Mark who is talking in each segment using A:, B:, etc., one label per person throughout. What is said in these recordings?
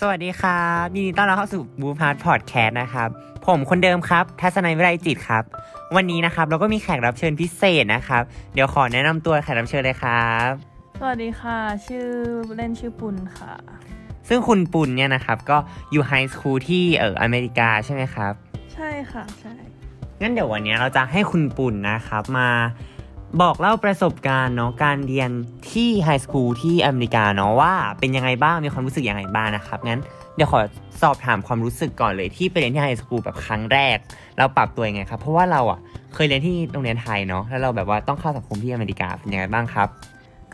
A: สวัสดีครับยินดีต้อนรับเข้าสู่ Move Hard Podcast นะครับ ผมคนเดิมครับ ทัศนัยวิไลจิตรครับ วันนี้นะครับเราก็มีแขกรับเชิญพิเศษนะครับ เดี๋ยวขอแนะนำตัวแขกรับเชิญเลยครับ
B: สวัสดีค่ะ ชื่อเล่นชื่อปุณค่ะ
A: ซึ่งคุณปุณเนี่ยนะครับ ก็อยู่ไฮสคูลที่เอออเมริกาใช่ไหมครับ
B: ใช่ค่ะ ใช่
A: งั้นเดี๋ยววันนี้เราจะให้คุณปุ่นนะครับมาบอกเล่าประสบการณ์เนาะการเรียนที่ไฮสคูลที่อเมริกาเนาะว่าเป็นยังไงบ้างมีความรู้สึกยังไงบ้างนะครับงั้นเดี๋ยวขอสอบถามความรู้สึกก่อนเลยที่ไปเรียนที่ไฮสคูลแบบครั้งแรก เราปรับตัวยังไงครับ เพราะว่าเราอ่ะเคยเรียนที่โรงเรียนไทยเนาะแล้วเราแบบว่าต้องเข้าสังคมที่อเมริกาเป็นยังไงบ้างครับ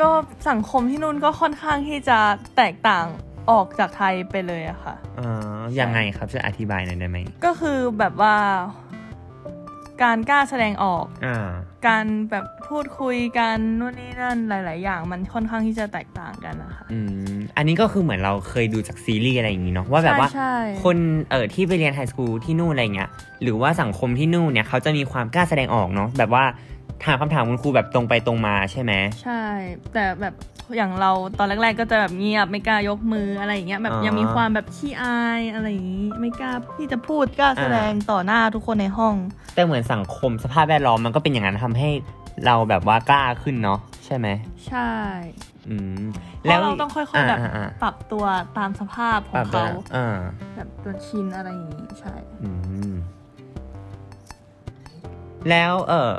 B: ก็สังคมที่นู่นก็ค่อนข้างที่จะแตกต่างออกจากไทยไปเลยอะค่ะ
A: เออยังไงครับช่วยอธิบายหน่อยได้ไหม
B: ก็คือแบบว่า การกล้าแสดงออก
A: อ่า
B: การแบบพูดคุยกันนู่นนี่นั่นหลาย ๆ อย่างมันค่อนข้างที่จะแตกต่างกันนะคะ
A: อืมอันนี้ก็คือเหมือนเราเคยดูจากซีรีส์อะไรอย่างงี้เนาะว่าแบบว่า
B: ใช่ใช่
A: คนเออที่ไปเรียนไฮสคูลที่นู่นอะไรเงี้ยหรือว่าสังคมที่นู่นเนี่ยเขาจะมีความกล้าแสดงออกเนาะแบบว่าถามคำถามคุณครูแบบตรงไปตรงมาใช่ไหม
B: ใช่ แต่แบบอย่างเราตอนแรก ๆ ก็จะแบบเงียบไม่กล้ายกมืออะไรอย่างเงี้ยแบบ
A: อ่ายั
B: ยังมีความแบบขี้อายอะไรอย่างงี้ ไม่กล้าที่จะพูดกล้าแสดงต่อหน้าทุกคนในห้อง
A: แต่เหมือนสังคมสภาพแวดล้อมมันก็เป็นอย่างนั้นทำให้เราแบบว่ากล้าขึ้นเนาะใช่ไหม
B: ใช่
A: อืม
B: เพราะเราต้องค่อยๆแบบ
A: าอ่า
B: ปรับตัวตามสภาพข
A: ป
B: อ
A: รั
B: ง
A: บตัว
B: เขา
A: อ่า
B: แบบตัวชินอะไรอย่างนี้ใช่
A: อืมแล้วเออ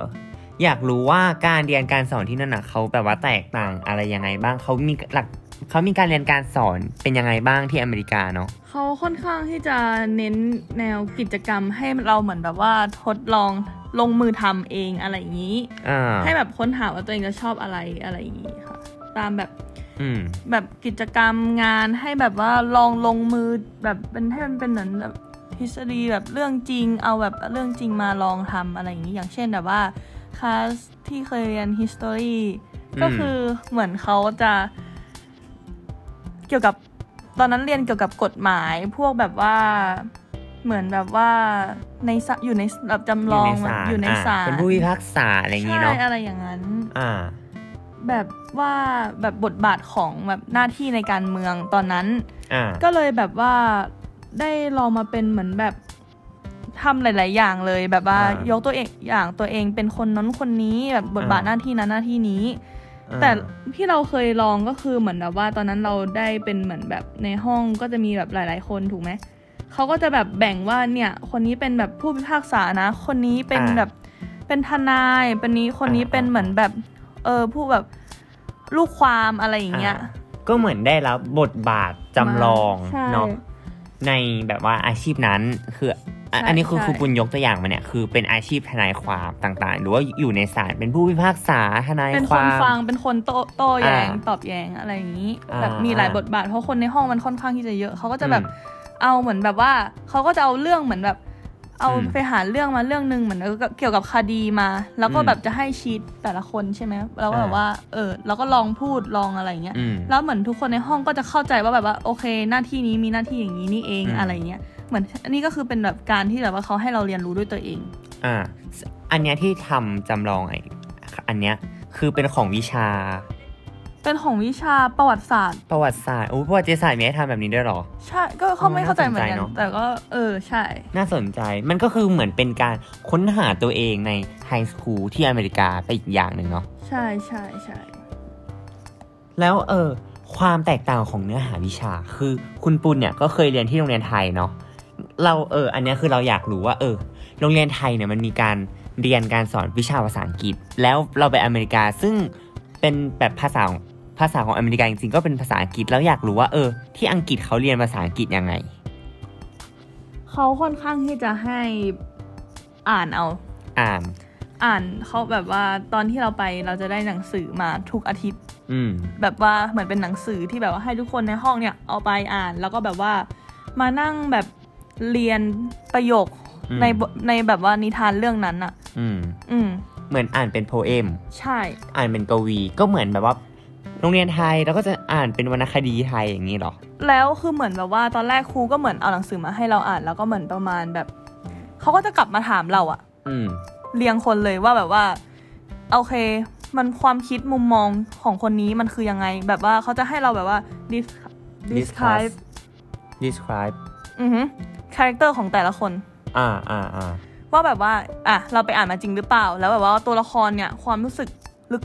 A: อยากรู้ว่าการเรียนการสอนที่นั่นน่ะเขาแบบว่าแตกต่างอะไรยังไงบ้างเขามีหลักเขามีการเรียนการสอนเป็นยังไงบ้างที่อเมริกาเนาะ
B: เขาค่อนข้างที่จะเน้นแนวกิจกรรมให้เราเหมือนแบบว่าทดลองลงมือทำเองอะไรอย่างนี้
A: อ่า
B: ให้แบบค้นหาว่าตัวเองจะชอบอะไรอะไรอย่างนี้ค่ะ ตามแบบ
A: อืม
B: แบบกิจกรรมงานให้แบบว่าลองลงมือแบบเป็นให้มันเป็นเหมือนแบบทฤษฎีแบบเรื่องจริง เอาแบบเรื่องจริงมาลองทำอะไรอย่างนี้ อย่างเช่นแบบว่าคลาสที่เคยเรียน history
A: อืม
B: ก็คือเหมือนเขาจะเกี่ยวกับตอนนั้นเรียนเกี่ยวกับกฎหมาย พวกแบบว่าเหมือนแบบว่าในสะอยู่ในแบบจำลองแบบอยู่ในศาล
A: เป็นผู้พิพากษาอะไรอย่างนี้
B: ใช่
A: เนาะ
B: อะไรอย่างนั้น
A: อ่า
B: แบบว่าแบบบทบาทของแบบหน้าที่ในการเมืองตอนนั้น
A: อ่า
B: ก็เลยแบบว่าได้ลองมาเป็นเหมือนแบบทำหลาย ๆ อย่างเลย แบบว่า
A: อ่าย
B: ยกตัวเองอย่างตัวเองเป็นคนนั้นคนนี้แบบบทบาท
A: อ่า
B: หน้าที่นั้นหน้าที่นี้ แต่ที่เราเคยลองก็คือเหมือนแบบว่าตอนนั้นเราได้เป็นเหมือนแบบในห้องก็จะมีแบบหลาย ๆ คนถูกไหมเขาก็จะแบบแบ่งว่าเนี่ยคนนี้เป็นแบบผู้พิพากษานะ คนนี้เป็น
A: อ่า
B: แบบเป็นทนายเป็นนี้คนนี้
A: อ่า
B: เป็นเหมือนแบบเออผู้แบบลูกความอะไรอย่างเงี้ย
A: ก็เหมือนได้รับบทบาทจำลอง
B: ใช่
A: เนาะในแบบว่าอาชีพนั้นคืออ่ะ
B: ใช่
A: อันนี้คือ
B: ใช่
A: ครูปุณยกตัวอย่างมาเนี่ยคือเป็นอาชีพทนายความต่างๆ หรือว่าอยู่ในศาลเป็นผู้พิพากษาทนาย
B: เป็น
A: ค
B: คน
A: วาม
B: ฟังเป็นคนโต้โต้แย้ง
A: อ่า
B: ตอบแย้งอะไรอย่างนี้
A: อ่า
B: แบบมีหลายบทบาทเพราะคนในห้องมันค่อนข้างที่จะเยอะเขาก็จะแบบ
A: อืม
B: เอาเหมือนแบบว่าเขาก็จะเอาเรื่องเหมือนแบบ เอา
A: อืม
B: ไปหาเรื่องมาเรื่องหนึ่งเหมือนเกี่ยวกับคดีมา แล้วก็
A: อืม
B: แบบจะให้ชีตแต่ละคนใช่ไหมแล้วก็แบบ
A: อ่า
B: ว่าเออแล้วก็ลองพูดลองอะไรอย่างเงี้ย
A: อืม
B: แล้วเหมือนทุกคนในห้องก็จะเข้าใจว่าแบบว่าโอเค หน้าที่นี้มีหน้าที่อย่างนี้นี่เอง
A: อืม
B: อะไรอย่างเงี้ยเหมือนอันนี้ก็คือเป็นแบบการที่แบบว่าเขาให้เราเรียนรู้ด้วยตัวเอง
A: อ่า อันเนี้ยที่ทำจำลองไออันเนี้ยคือเป็นของวิชา
B: เป็นของวิชาประวัติศาสตร์
A: ประวัติศาสตร์โอ้ยประวัติศาสตร์มีให้ทำแบบนี้ด้วยเหรอ
B: ใช่ ก็เขาไม่เข้าใจเหมือน
A: น่าสนใจ
B: กัน
A: เนอะ
B: แต่ก็เออ ใช่
A: น่าสนใจ มันก็คือเหมือนเป็นการค้นหาตัวเองในไฮสคูลที่อเมริกาไปอีกอย่างหนึ่งเนาะ
B: ใช่ใช่ใช่
A: แล้วเออความแตกต่างของเนื้อหาวิชา คือคุณปุณเนี่ยก็เคยเรียนที่โรงเรียนไทยเนาะ เราเอออันเนี้ยคือเราอยากรู้ว่าเออ โรงเรียนไทยเนี่ยมันมีการเรียนการสอนวิชาภาษาอังกฤษ แล้วเราไปอเมริกาซึ่งเป็นแบบภาษาของภาษาของอเมริกาจริงๆก็เป็นภาษาอังกฤษ แล้วอยากรู้ว่าเออ ที่อังกฤษเขาเรียนภาษาอังกฤษยังไง
B: เขาค่อนข้างที่จะให้อ่านเอา
A: อ่าน
B: อ่านเขาแบบว่าตอนที่เราไปเราจะได้หนังสือมาทุกอาทิตย์
A: อืม
B: แบบว่าเหมือนเป็นหนังสือที่แบบว่าให้ทุกคนในห้องเนี่ยเอาไปอ่าน แล้วก็แบบว่ามานั่งแบบเรียนประโยค
A: อืม
B: ในบทในแบบว่านิทานเรื่องนั้นอะ
A: อืม
B: อืม
A: เหมือนอ่านเป็นโพเอม
B: ใช่
A: อ่านเป็นกวีก็เหมือนแบบว่า โรงเรียนไทยเราก็จะอ่านเป็นวรรณคดีไทยอย่างนี้เหรอ
B: แล้วคือเหมือนแบบว่าตอนแรกครูก็เหมือนเอาหนังสือมาให้เราอ่าน แล้วก็เหมือนประมาณแบบเขาก็จะกลับมาถามเราอะ
A: อืม
B: เรียงคนเลยว่าแบบว่าโอเค มันความคิดมุมมองของคนนี้มันคือยังไง แบบว่าเขาจะให้เราแบบว่า dis-
A: Discuss
B: describe
A: describe
B: อือฮึคาแรคเตอร์ของแต่ละคน
A: อ่าอ่าอ่า
B: ว่าแบบว่า อ่ะ เราไปอ่านมาจริงหรือเปล่า แล้วแบบว่าตัวละครเนี่ย ความรู้สึก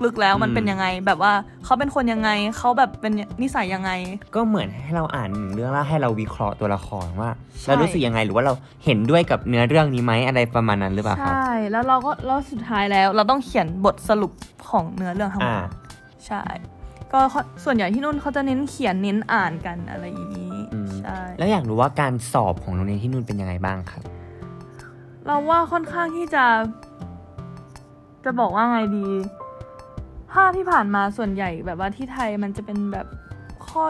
B: ลึกๆแล้วมันเป็นยังไง แบบว่าเขาเป็นคนยังไง เขาแบบเป็นนิสัยยังไง
A: ก็เหมือนให้เราอ่านเรื่องแล้วให้เราวิเคราะห์ตัวละครว่า
B: ใช่
A: เรารู้สึกยังไงหรือว่าเราเห็นด้วยกับเนื้อเรื่องนี้ไหมอะไรประมาณนั้นหรือเปล่าครับ
B: ใช่ แล้วเราก็แล้วสุดท้ายแล้ว เราต้องเขียนบทสรุปของเนื้อเรื่องทั้งหม
A: อ่า
B: ด ใช่ ก็ส่วนใหญ่ที่นู่นเขาจะเน้นเขียนเน้นอ่านกันอะไรอย่างนี้
A: อืม
B: ใช่
A: แล้วอยากรู้ว่าการสอบของโรงเรียนที่นู่นเป็นยังไงบ้างครับ
B: เราว่าค่อนข้างที่จะ จะบอกว่าไงดี ภาพที่ผ่านมาส่วนใหญ่แบบว่าที่ไทยมันจะเป็นแบบข้อ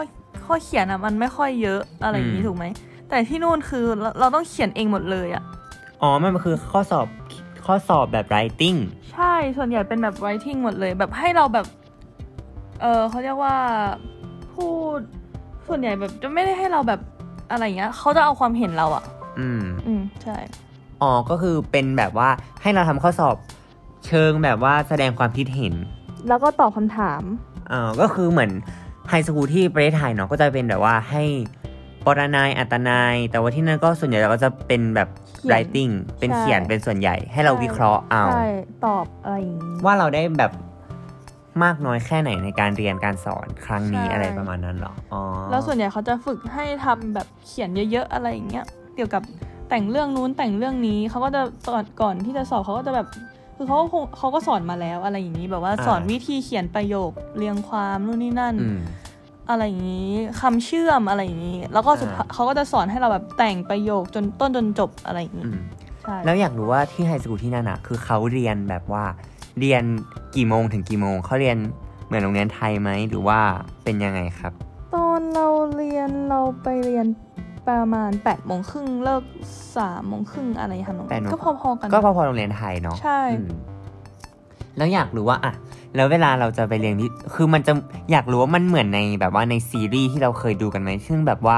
B: ข้อเขียนอะมันไม่ค่อยเยอะอะไรอย่างนี้
A: อืม
B: ถูกไหม แต่ที่นู่นคือเราเราต้องเขียนเองหมดเลยอะ
A: อ๋อมันคือข้อสอบข้อสอบแบบ writing
B: ใช่ส่วนใหญ่เป็นแบบ writing หมดเลย แบบให้เราแบบ เออเขาเรียกว่าพูด ส่วนใหญ่แบบจะไม่ได้ให้เราแบบอะไรอย่างเงี้ยเขาจะเอาความเห็นเราอะ
A: อืม
B: อืมใช่
A: อ๋อ ก็คือเป็นแบบว่าให้เราทำข้อสอบเชิงแบบว่าแสดงความคิดเห็น
B: แล้วก็ตอบคำถาม
A: เอ่อก็คือเหมือนไฮสคูลที่ประเทศไทยเนาะก็จะเป็นแบบว่าให้ปรนายอัตนาย แต่ว่าที่นั่นก็ส่วนใหญ่เราก็จะเป็นแบบ
B: เขียน
A: writing เป็นเขียนเป็นส่วนใหญ่ ให้เราวิเคราะห์เอา
B: ใช่ตอบอะไรอย่างนี้
A: ว่าเราได้แบบมากน้อยแค่ไหนในการเรียนการสอนครั้งนี้
B: ใช่
A: อะไรประมาณนั้นเหรออ๋อ
B: แล้วส่วนใหญ่เขาจะฝึกให้ทำแบบเขียนเยอะๆอะไรอย่างเงี้ย เกี่ยวกับแต่งเรื่องนู้นแต่งเรื่องนี้เขาก็จะตอนก่อนที่จะสอบเขาก็จะแบบคือเขาก็คงเขาก็สอนมาแล้วอะไรอย่างนี้แบบว่าสอนวิธีเขียนประโยคเรียงความนู่นนี่นั่น
A: อืม
B: อะไรอย่างนี้คำเชื่อมอะไรอย่างนี้ แล้วก็สุดท้าย
A: อ่า
B: เขาก็จะสอนให้เราแบบแต่งประโยคจนต้นจนจบอะไรอย่างนี้
A: อืม
B: ใช่
A: แล้วอยากรู้ว่าที่ไฮสคูลที่นั่นอะคือเขาเรียนแบบว่า เรียนกี่โมงถึงกี่โมงเขาเรียนเหมือนโรงเรียนไทยไหมหรือว่าเป็นยังไงครับ
B: ตอนเราเรียนเราไปเรียนประมาณ8ปดโมงครึ่งเลิกสามโมงครึ่งอะไรค่ะน้อง
A: แปดโมง
B: ก็พอๆกัน
A: ก็พอๆโรงเรียนไทยเนาะ
B: ใช่
A: อืมแล้วอยากรู้ว่าอะแล้วเวลาเราจะไปเรียนที่คือมันจะอยากรู้ว่ามันเหมือนในแบบว่าในซีรีส์ที่เราเคยดูกันไหมซึ่งแบบว่า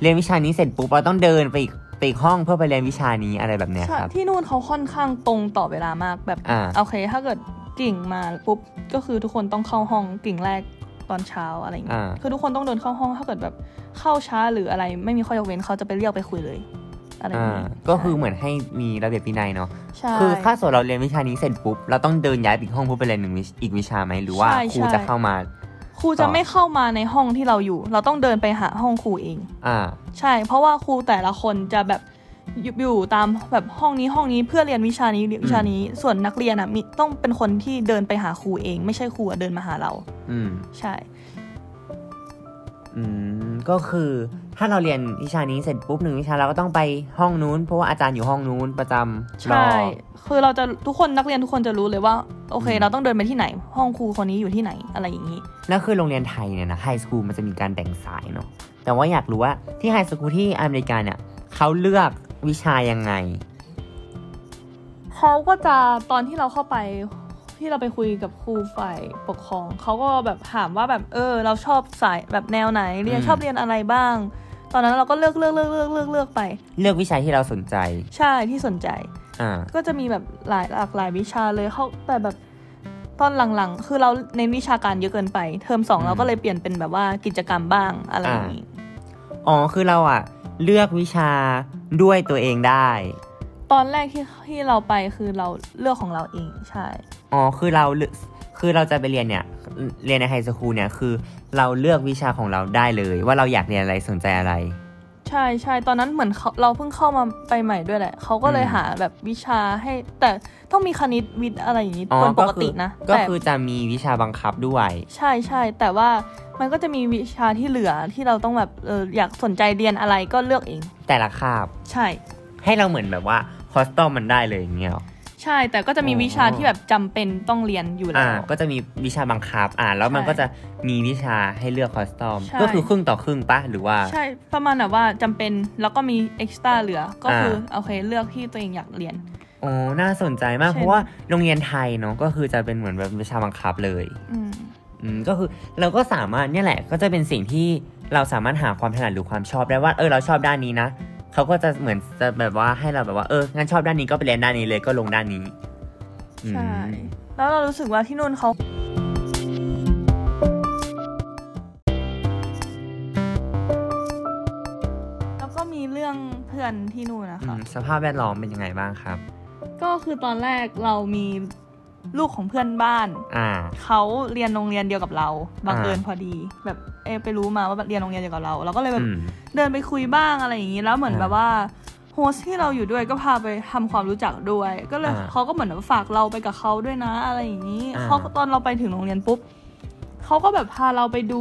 A: เรียนวิชานี้เสร็จปุ๊บเราต้องเดินไปอีกไปอีกห้องเพื่อไปเรียนวิชานี้อะไรแบบเนี้ย
B: ใช่
A: ครับ
B: ที่นู่นเขาค่อนข้างตรงต่อเวลามากแบบ
A: อ่า
B: โอเค ถ้าเกิดกิ่งมาปุ๊บก็คือทุกคนต้องเข้าห้องกิ่งแรกตอนเช้าอะไรอย่างเงี้ย
A: อ่า
B: คือทุกคนต้องเดินเข้าห้องถ้าเกิดแบบเข้าช้าหรืออะไร ไม่มีข้อยกเว้นเขาจะไปเรียกไปคุยเลย อะไรอย่าง
A: อ่า
B: เงี้ย
A: ก็คือเหมือนให้มีระเบียบวินัยเนาะ
B: ใช่
A: คือถ้าสมมติเราเรียนวิชานี้เสร็จปุ๊บ เราต้องเดินย้ายไปอีกห้องเพื่อไปเรียนหนึ่งวิชอีกวิชาไหมหรือว่าครูจะเข้ามา
B: ครูจะไม่เข้ามาในห้องที่เราอยู่ เราต้องเดินไปหาห้องครูเอง
A: อ่า
B: ใช่ เพราะว่าครูแต่ละคนจะแบบอยู่อยู่ตามแบบห้องนี้ห้องนี้เพื่อเรียนวิชานี้วิชานี้ ส่วนนักเรียนอ่ะมีต้องเป็นคนที่เดินไปหาครูเอง ไม่ใช่ครูอะเดินมาหาเรา
A: อืม
B: ใช่
A: อืม ก็คือถ้าเราเรียนวิชานี้เสร็จปุ๊บหนึ่งวิชาเราก็ต้องไปห้องนู้น เพราะว่าอาจารย์อยู่ห้องนู้นประจำรอ
B: ใช่ คือเราจะทุกคนนักเรียนทุกคนจะรู้เลยว่า โอเค
A: อืม
B: เราต้องเดินไปที่ไหน ห้องครูคนนี้อยู่ที่ไหนอะไรอย่างนี้
A: แล้วคือโรงเรียนไทยเนี่ยนะไฮสคูลมันจะมีการแบ่งสายเนาะ แต่ว่าอยากรู้ว่าที่ไฮสคูลที่อเมริกาเนี่ยเขาเลือกวิชายังไง
B: เขาก็จะตอนที่เราเข้าไปที่เราไปคุยกับครูฝ่ายปกครอง เขาก็แบบถามว่าแบบเออ เราชอบสายแบบแนวไหนเรียน
A: อืม
B: ชอบเรียนอะไรบ้าง ตอนนั้นเราก็เลือกเลือกเลือกเลือกเลือกเลือกไป
A: เลือกวิชาที่เราสนใจ
B: ใช่ที่สนใจ
A: อ่า
B: ก็จะมีแบบหลายหลากหลายวิชาเลยเขาแต่แบบตอนหลังๆ คือเราเน้นวิชาการเยอะเกินไป เทอมสอง
A: อืม
B: เราก็เลยเปลี่ยนเป็นแบบว่ากิจกรรมบ้างอะไรอย่างนี้
A: อ๋อ คือเราอ่ะเลือกวิชาด้วยตัวเองได้
B: ตอนแรกที่ที่เราไปคือเราเลือกของเราเองใช่
A: อ๋อ คือเราเลือกคือเราจะไปเรียนเนี่ย เรียนในไฮสคูลเนี่ย คือเราเลือกวิชาของเราได้เลย ว่าเราอยากเรียนอะไรสนใจอะไร
B: ใช่ใช่ตอนนั้นเหมือนเขาเราเพิ่งเข้ามาไปใหม่ด้วยแหละเขาก็เลย
A: อืม
B: หาแบบวิชาให้ แต่ต้องมีคณิตวิทย์อะไรอย่างนี้
A: อ๋อ
B: เป็นป
A: ก็
B: ก
A: คื
B: ตินะ
A: ก็
B: แต่
A: คือจะมีวิชาบังคับด้วย
B: ใช่ใช่แต่ว่ามันก็จะมีวิชาที่เหลือที่เราต้องแบบเอออยากสนใจเรียนอะไรก็เลือกเอง
A: แต่ละคาบ
B: ใช่
A: ให้เราเหมือนแบบว่าคอสตอมมันได้เลยอย่างเงี้ยหรอ
B: ใช่ แต่ก็จะมี
A: อ๋อ
B: วิชาที่แบบจำเป็นต้องเรียนอยู่แล้
A: อ่า
B: ว
A: ก็จะมีวิชาบังคับ อ่า แล้วมัน
B: ใช่
A: ก็จะมีวิชาให้เลือกคอสตอม
B: ใช่
A: ก็คือครึ่งต่อครึ่งปะหรือว่า
B: ใช่ประมาณแบบว่าจำเป็นแล้วก็มีเอ็กซ์ตร้าเหลือก็คือ
A: อ่า
B: โอเคเลือกที่ตัวเองอยากเรียน
A: อ๋อ น่าสนใจมาก
B: ใช่
A: เพราะว่าโรงเรียนไทยเนาะ ก็คือจะเป็นเหมือนแบบวิชาบังคับเลย
B: อืม
A: อืมก็คือเราก็สามารถเนี่ยแหละก็จะเป็นสิ่งที่เราสามารถหาความถนัดหรือความชอบได้ว่าเออเราชอบด้านนี้นะเขาก็จะเหมือนจะแบบว่าให้เราแบบว่าเอองั้นชอบด้านนี้ก็ไปเรียนด้านนี้เลยก็ลงด้านนี้อืม
B: ใช่ แล้วเรารู้สึกว่าที่นู่นเขา กันที่นู่นนะ
A: อื
B: คะ
A: มสภาพแวดล้อมเป็นยังไงบ้างครับ
B: ก็คือตอนแรกเรามีลูกของเพื่อนบ้าน
A: อ่า
B: เขาเรียนโรงเรียนเดียวกับเราบังเอิญ
A: อ่า
B: พอดี แบบเอยไปรู้มาว่าแบบเรียนโรงเรียนเดียวกับเราเราก็เลยแบบ
A: อืม
B: เดินไปคุยบ้างอะไรอย่างนี้แล้วเหมือน
A: อ่า
B: แบบว่าโฮสที่เราอยู่ด้วยก็พาไปทำความรู้จักด้วย ก็เลย
A: อ่า
B: เขาก็เหมือนแบบฝากเราไปกับเขาด้วยนะอะไรอย่างนี้
A: อ่า
B: เขาก็ตอนเราไปถึงโรงเรียนปุ๊บเขาก็แบบพาเราไปดู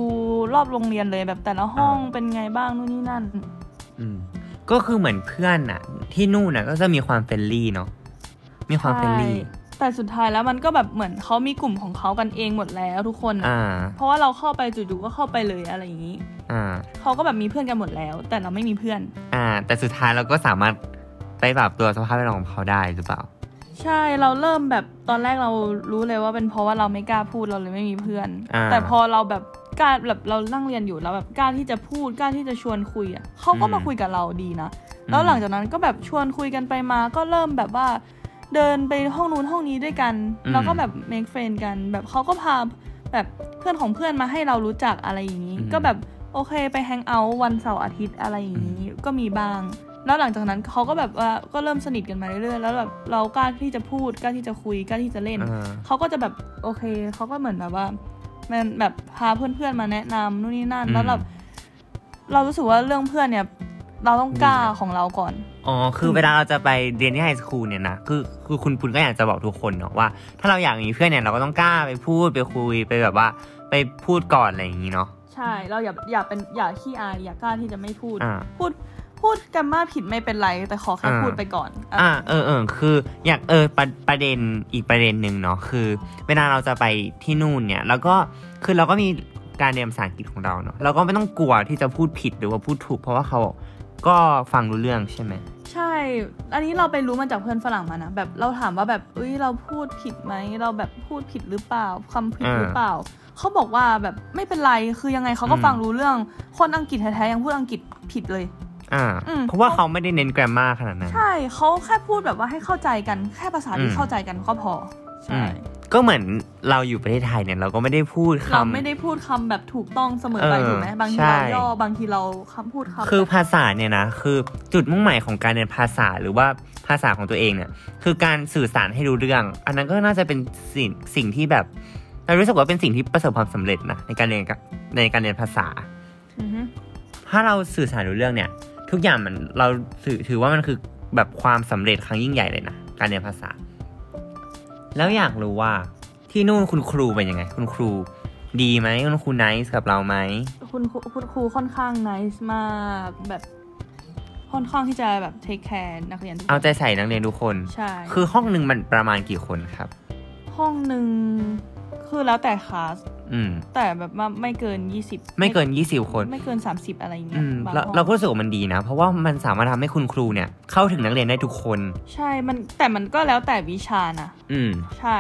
B: รอบโรงเรียนเลยแบบแต่ละห้องเป็นไงบ้างนู่นนี่นั่น
A: อืมก็คือเหมือนเพื่อนน่ะ ที่นู่นน่ะก็จะมีความเฟรนลี่เนาะมีความเฟรนลี่
B: ใช่แต่สุดท้ายแล้วมันก็แบบเหมือนเขามีกลุ่มของเขากันเองหมดแล้วทุกคนอะ
A: อ่า
B: เพราะว่าเราเข้าไปจู่ๆก็เข้าไปเลยอะไรอย่างนี้
A: อ่า
B: เขาก็แบบมีเพื่อนกันหมดแล้ว แต่เราไม่มีเพื่อน
A: อ่า แต่สุดท้ายเราก็สามารถไปปรับตัวสภาพแวดล้อมของเขาได้หรือเปล่า
B: ใช่เราเริ่มแบบตอนแรกเรารู้เลยว่าเป็นเพราะว่าเราไม่กล้าพูดเราเลยไม่มีเพื่อน
A: อ่า
B: แต่พอเราแบบกล้าแบบเรานั่งเรียนอยู่แล้วแบบกล้าที่จะพูดกล้าที่จะชวนคุยอ่ะเขาก็มา
A: อืม
B: คุยกับเราดีนะ แล้วหลังจากนั้นก็แบบชวนคุยกันไปมาก็เริ่มแบบว่า เดินไปห้องนู้นห้องนี้ด้วยกัน
A: อืม
B: แล้วก็แบบ make friend กัน แบบเขาก็พาแบบเพื่อนของเพื่อนมาให้เรารู้จักอะไรอย่างนี้
A: อืม
B: ก็แบบโอเคไปแฮงเอาท์วันเสาร์อาทิตย์อะไรอย่างนี้ก็มีบ้าง แล้วหลังจากนั้นเขาก็แบบว่าก็เริ่มสนิทกันมาเรื่อยๆแล้วแบบเรากล้าที่จะพูดกล้าที่จะคุยกล้าที่จะเล่น
A: อ่า
B: เขาก็จะแบบโอเคเขาก็เหมือนแบบว่ามันแบบพาเพื่อนๆมาแนะนำนู่นนี่นั่น แล้วแบบเรารู้สึกว่าเรื่องเพื่อนเนี่ย เราต้องกล้าของเราก่อน
A: อ๋อ คือ
B: ม
A: เวลาเราจะไปเรียนที่ไฮสคูลเนี่ยนะ คือ คือคุณปุณก็อยากจะบอกทุกคนเนาะว่า ถ้าเราอยากมีเพื่อนเนี่ย เราก็ต้องกล้าไปพูดไปคุยไปแบบว่า ไปพูดก่อนอะไรอย่างนี้เนาะ
B: ใช่ เราอย่าอย่าเป็นอย่าขี้อายอย่ากล้าที่จะไม่พูด
A: อ่า
B: พูดพูดกันมากผิดไม่เป็นไร แต่ขอแค่
A: อ่า
B: พูดไปก่อนอ่ะ
A: อ่า เออเออคือ อยาก เออประประเด็น อีกประเด็นหนึ่งเนาะ คือ เวลาเราจะไปที่นู่นเนี่ย แล้วก็ คือเราก็มีการเรียนภาษาอังกฤษของเราเนาะ เราก็ไม่ต้องกลัวที่จะพูดผิดหรือว่าพูดถูก เพราะว่าเขาก็ฟังรู้เรื่องใช่ไหม
B: ใช่ อันนี้เราไปรู้มาจากเพื่อนฝรั่งมานะแบบเราถามว่าแบบเอ้ยเราพูดผิดไหมเราแบบพูดผิดหรือเปล่าคำผิด
A: อ่า
B: หรือเปล่าเขาบอกว่าแบบไม่เป็นไรคือยังไงเขาก็
A: อืม
B: ฟังรู้เรื่อง คนอังกฤษแท้ๆยังพูดอังกฤษผิดเลย
A: อ่า
B: อืม
A: เพราะว่าเขาไม่ได้เน้นแกรมมาขนาดนั้น
B: ใช่เขาแค่พูดแบบว่าให้เข้าใจกันแค่ภาษาที่
A: อืม
B: เข้าใจกันก็พอใช่
A: ก็เหมือนเราอยู่ประเทศไทยเนี่ย เราก็ไม่ได้พูดคำ
B: เราไม่ได้พูดคำแบบถูกต้องเสมอไป
A: เออ
B: ถูกไหมบางที
A: ใช่
B: เราย่อบางทีเราคำพูดคำ
A: คือภาษาเนี่ยนะคือจุดมุ่งหมายของการเรียนภาษาหรือว่าภาษาของตัวเองเนี่ยคือการสื่อสารให้รู้เรื่อง อันนั้นก็น่าจะเป็นสิ่งสิ่งที่แบบเรารู้สึกว่าเป็นสิ่งที่ประสบความสำเร็จนะในการเรียนกับในการเรียนภาษา
B: อือฮึ
A: ถ้าเราสื่อสารรู้เรื่องเนี่ย ทุกอย่างมันเราถือถือว่ามันคือแบบความสำเร็จครั้งยิ่งใหญ่เลยนะการเรียนภาษา แล้วอยากรู้ว่าที่นู่นคุณครูเป็นยังไง คุณครูดีไหมคุณครูไนซ์กับเราไหม
B: คุณครูคุณครูค่อนข้างนิสมากแบบค่อนข้างที่จะแบบเทคแคร์นักเรียนทุกค
A: เอา
B: น
A: ใจใส่นักเรียนทุกคน
B: ใช่
A: คือห้องหนึ่งมันประมาณกี่คนครับ
B: ห้องหนึ่งคือแล้วแต่คลาส
A: อืม
B: แต่แบบว่าไม่เกิน 20
A: ไม่เกินยี่สิบคน
B: ไม่เกิน 30 อะไรอย่าง
A: อื
B: เงี้ย
A: ม
B: บาง
A: เรา
B: ห้อง
A: เราก็รู้สึกว่ามันดีนะ เพราะว่ามันสามารถทำให้คุณครูเนี่ย เข้าถึงนักเรียนได้ทุกคน
B: ใช่มันแต่มันก็แล้วแต่วิชานะ
A: อืม
B: ใช่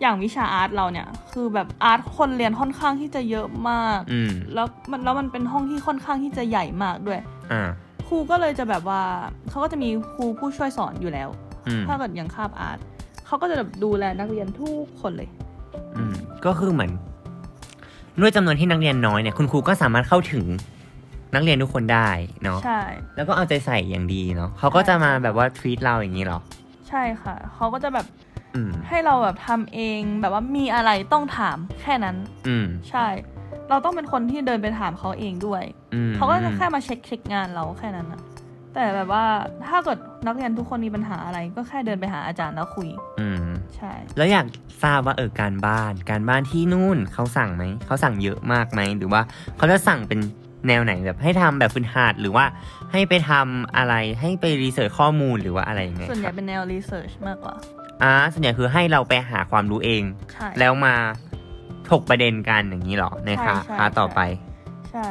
B: อย่างวิชาอาร์ตเราเนี่ย คือแบบอาร์ตคนเรียนค่อนข้างที่จะเยอะมาก
A: อืม
B: แล้วมันแล้วมันเป็นห้องที่ค่อนข้างที่จะใหญ่มากด้วย
A: อ่า
B: ครูก็เลยจะแบบว่าเขาก็จะมีครูผู้ช่วยสอนอยู่แล้ว
A: อืม
B: ถ้าเกิดอย่างคาบอาร์ตเขาก็จะแบบดูแลนักเรียนทุกคนเลย
A: อืม ก็คือเหมือน ด้วยจำนวนที่นักเรียนน้อยเนี่ย คุณครูก็สามารถเข้าถึงนักเรียนทุกคนได้เนาะ
B: ใช่
A: แล้วก็เอาใจใส่อย่างดีเนาะเขาก็จะมาแบบว่าทวีตเราอย่างนี้เหรอ
B: ใช่ค่ะ เขาก็จะแบบ
A: อืม
B: ให้เราแบบทำเองแบบว่ามีอะไรต้องถามแค่นั้น
A: อืม
B: ใช่ เราต้องเป็นคนที่เดินไปถามเขาเองด้วย
A: อืม
B: เขาก็จะแค่มาเช็คเช็คงานเราแค่นั้นนะแต่แบบว่าถ้าเกิดนักเรียนทุกคนมีปัญหาอะไร ก็แค่เดินไปหาอาจารย์แล้วคุย
A: อืม
B: ใช่
A: แล้วอยากทราบว่าเออการบ้าน การบ้านที่นู่นเขาสั่งไหมเขาสั่งเยอะมากไหมหรือว่าเขาจะสั่งเป็นแนวไหนแบบให้ทำแบบฝึกหัดหรือว่าให้ไปทำอะไรให้ไปรีเสิร์ชข้อมูลหรือว่าอะไรยังไง
B: ส่วนให
A: ค
B: ญ่
A: รับ
B: เป็นแนวรีเสิร์ชมากกว่า
A: อ่าส่วนใหญ่คือให้เราไปหาความรู้เอง
B: ใช่
A: แล้วมาถกประเด็นกันอย่างนี้เหรอในคะ
B: ใช่ใช่
A: คะต่อไป
B: ใช่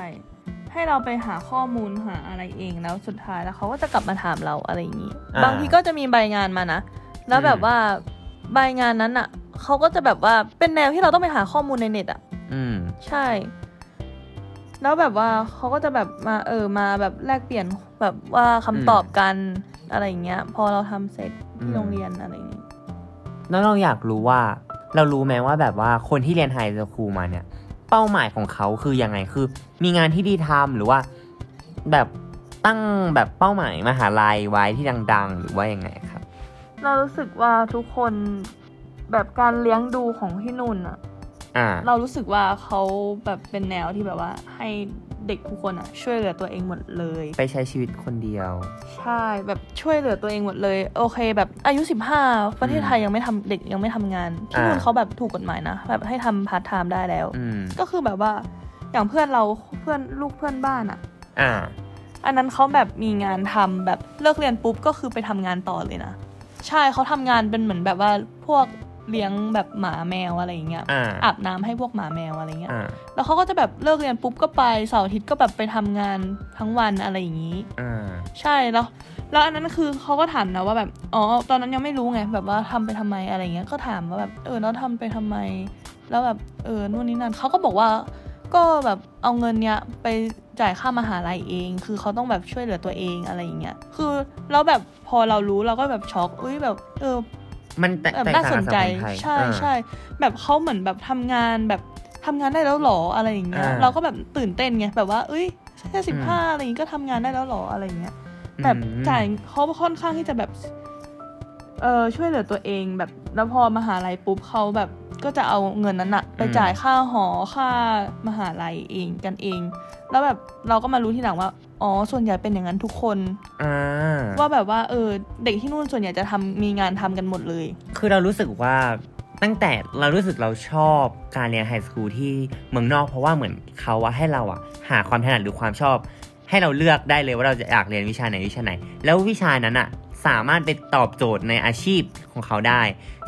B: ให้เราไปหาข้อมูลหาอะไรเองแล้วสุดท้ายแล้วเขาก็จะกลับมาถามเราอะไรอย่างนี้
A: อ่า
B: บางทีก็จะมีใบงานมานะ แล้วแบบ
A: อืม
B: ว่าใบงานนั้นอ่ะเขาก็จะแบบว่าเป็นแนวที่เราต้องไปหาข้อมูลในเน็ตอ่ะ
A: อืม
B: ใช่ แล้วแบบว่าเขาก็จะแบบมาเออมาแบบแลกเปลี่ยนแบบว่าคำตอบกันอะไรอย่างเงี้ย พอเราทำเสร็จ
A: อืม
B: ที่โรงเรียนอะไรอย่างงี้
A: แล้วเราอยากรู้ว่าเรารู้ไหมว่าแบบว่าคนที่เรียนไฮสคูลมาเนี่ย เป้าหมายของเขาคือยังไงคือ มีงานที่ดีทำหรือว่าแบบ ตั้งแบบเป้าหมายมหาลัยไว้ที่ดัง ๆ หรือว่ายังไงครับ
B: เรารู้สึกว่าทุกคนแบบการเลี้ยงดูของพี่นุ่นอะ
A: อ่า
B: เรารู้สึกว่าเขาแบบเป็นแนวที่แบบว่าให้เด็กทุกคนอะช่วยเหลือตัวเองหมดเลย
A: ไปใช้ชีวิตคนเดียว
B: ใช่แบบช่วยเหลือตัวเองหมดเลย โอเค แบบอายุ 15 ประเทศไทยยังไม่ทำเด็กยังไม่ทำงานที่นู่น
A: อ่า
B: เขาแบบถูกกฎหมายนะ แบบให้ทำพาร์ทไทม์ได้แล้ว
A: อืม
B: ก็คือแบบว่าอย่างเพื่อนเราเพื่อนลูกเพื่อนบ้านอะ
A: อ่า
B: อันนั้นเขาแบบมีงานทำแบบเลิกเรียนปุ๊บก็คือไปทำงานต่อเลยนะ ใช่เขาทำงานเป็นเหมือนแบบว่าพวกเลี้ยงแบบหมาแมวอะไรอย่างเงี้ย
A: อ่า
B: อาบน้ำให้พวกหมาแมวอะไรเงี้ย
A: อ่า
B: แล้วเขาก็จะแบบเลิกเรียนปุ๊บก็ไปเสาร์อาทิตย์ก็แบบไปทำงานทั้งวันอะไรอย่างนี้
A: อ่า
B: ใช่แล้ว แล้วอันนั้นคือเขาก็ถามนะว่าแบบ อ๋อ ตอนนั้นยังไม่รู้ไง แบบว่าทำไปทำไมอะไรเงี้ย ก็ถามว่าแบบ เออแล้วทำไปทำไม แล้วแบบ เออ นู่นนี่นั่นเขาก็บอกว่า ก็แบบเอาเงินเนี้ยไปจ่ายค่ามหาลัยเอง คือเขาต้องแบบช่วยเหลือตัวเองอะไรอย่างเงี้ย คือแล้วแบบพอเรารู้เราก็แบบช็อก อุ้ยแบบ เออ
A: มันแตก
B: แบบ
A: แตก
B: น่า
A: ต่าง
B: ส
A: กัน บ
B: ใจ
A: สังคมไทย
B: ใช่
A: อ่า
B: ใช่แบบเขาเหมือนแบบทำงานแบบทำงานได้แล้วเหรออะไรอย่างเงี้ย
A: อ่า
B: เราก็แบบตื่นเต้นไงแบบว่าเอ้ยแค่สิบห้าอะไรอย่างงี้ก็ทำงานได้แล้วเหรออะไรอย่างเงี้ย แบบ
A: อืม
B: จ่ายเขาค่อนข้างที่จะแบบเออช่วยเหลือตัวเองแบบแล้วพอมหาลัยปุ๊บเขาแบบก็จะเอาเงินนั้นอะไปจ่ายค่าหอค่ามหาลัยเองกันเอง แล้วแบบเราก็มารู้ทีหลังว่าอ๋อส่วนใหญ่เป็นอย่างนั้นทุกคน
A: อ่า
B: ว่าแบบว่าเออเด็กที่นู่นส่วนใหญ่จะทำมีงานทำกันหมดเลย
A: คือเรารู้สึกว่าตั้งแต่เรารู้สึกเราชอบการเรียนไฮสคูลที่เมืองนอกเพราะว่าเหมือนเขาว่าให้เราอะหาความถนัดหรือความชอบ ให้เราเลือกได้เลยว่าเราจะอยากเรียนวิชาไหนวิชาไหน แล้ววิชานั้นอะสามารถไปตอบโจทย์ในอาชีพของเขาได้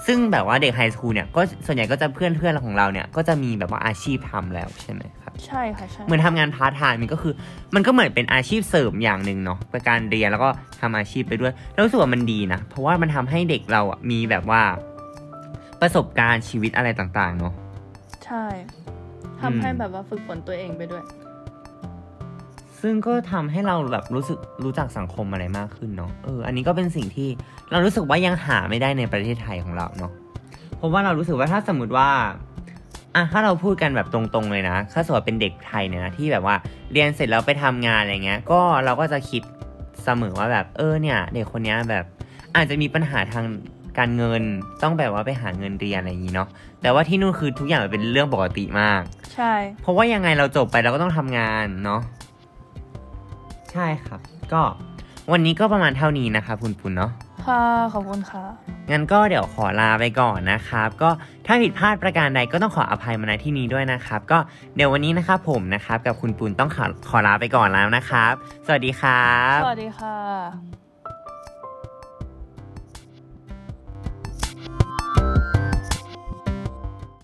A: ซึ่งแบบว่าเด็กไฮสคูลเนี่ยก็ส่วนใหญ่ก็จะเพื่อนเพื่อนๆของเราเนี่ยก็จะมีแบบว่าอาชีพทำแล้วใช่ไหมครับ
B: ใช่ค่ะใช่
A: เหมือนทำงานพาร์ทไทม์มันก็คือ มันก็เหมือนเป็นอาชีพเสริมอย่างหนึ่งเนาะไปการเรียนแล้วก็ทำอาชีพไปด้วยแล้วรู้สึกว่ามันดีนะ เพราะว่ามันทำให้เด็กเราอ่ะมีแบบว่า ประสบการณ์ชีวิตอะไรต่างๆเนาะ
B: ใช่
A: ทำให้แบบว่าฝึก
B: ฝนตัวเองไปด้วย
A: ซึ่งก็ทำให้เราแบบรู้สึกรู้จักสังคมอะไรมากขึ้นเนาะเอออันนี้ก็เป็นสิ่งที่เรารู้สึกว่ายังหาไม่ได้ในประเทศไทยของเราเนาะเพราะว่าเรารู้สึกว่าถ้าสมมติว่าอ่ะถ้าเราพูดกันแบบตรงๆเลยนะถ้าสมมติว่าเป็นเด็กไทยเนี่ยนะที่แบบว่าเรียนเสร็จแล้วไปทำงานอะไรเงี้ย ก็เราก็จะคิดเสมอว่าแบบเออเนี่ย เด็กคนเนี้ยแบบอาจจะมีปัญหาทางการเงินต้องแบบว่าไปหาเงินเรียนอะไรอย่างนี้เนาะแต่ว่าที่นู่นคือทุกอย่างมันเป็นเรื่องปกติมาก
B: ใช่
A: เพราะว่ายังไงเราจบไปเราก็ต้องทำงานเนาะใช่ครับ ก็วันนี้ก็ประมาณเท่านี้นะครับคุณปุณเนาะ
B: ค่ะ ขอบคุณค่ะ
A: งั้นก็เดี๋ยวขอลาไปก่อนนะครับ ก็ถ้าผิดพลาดประการใดก็ต้องขออภัยมาณที่นี้ด้วยนะครับ ก็เดี๋ยววันนี้นะครับผมนะครับ กับคุณปุณต้องขอขอลาไปก่อนแล้วนะครับ สวัสดีครับ
B: สวัสดีค่ะ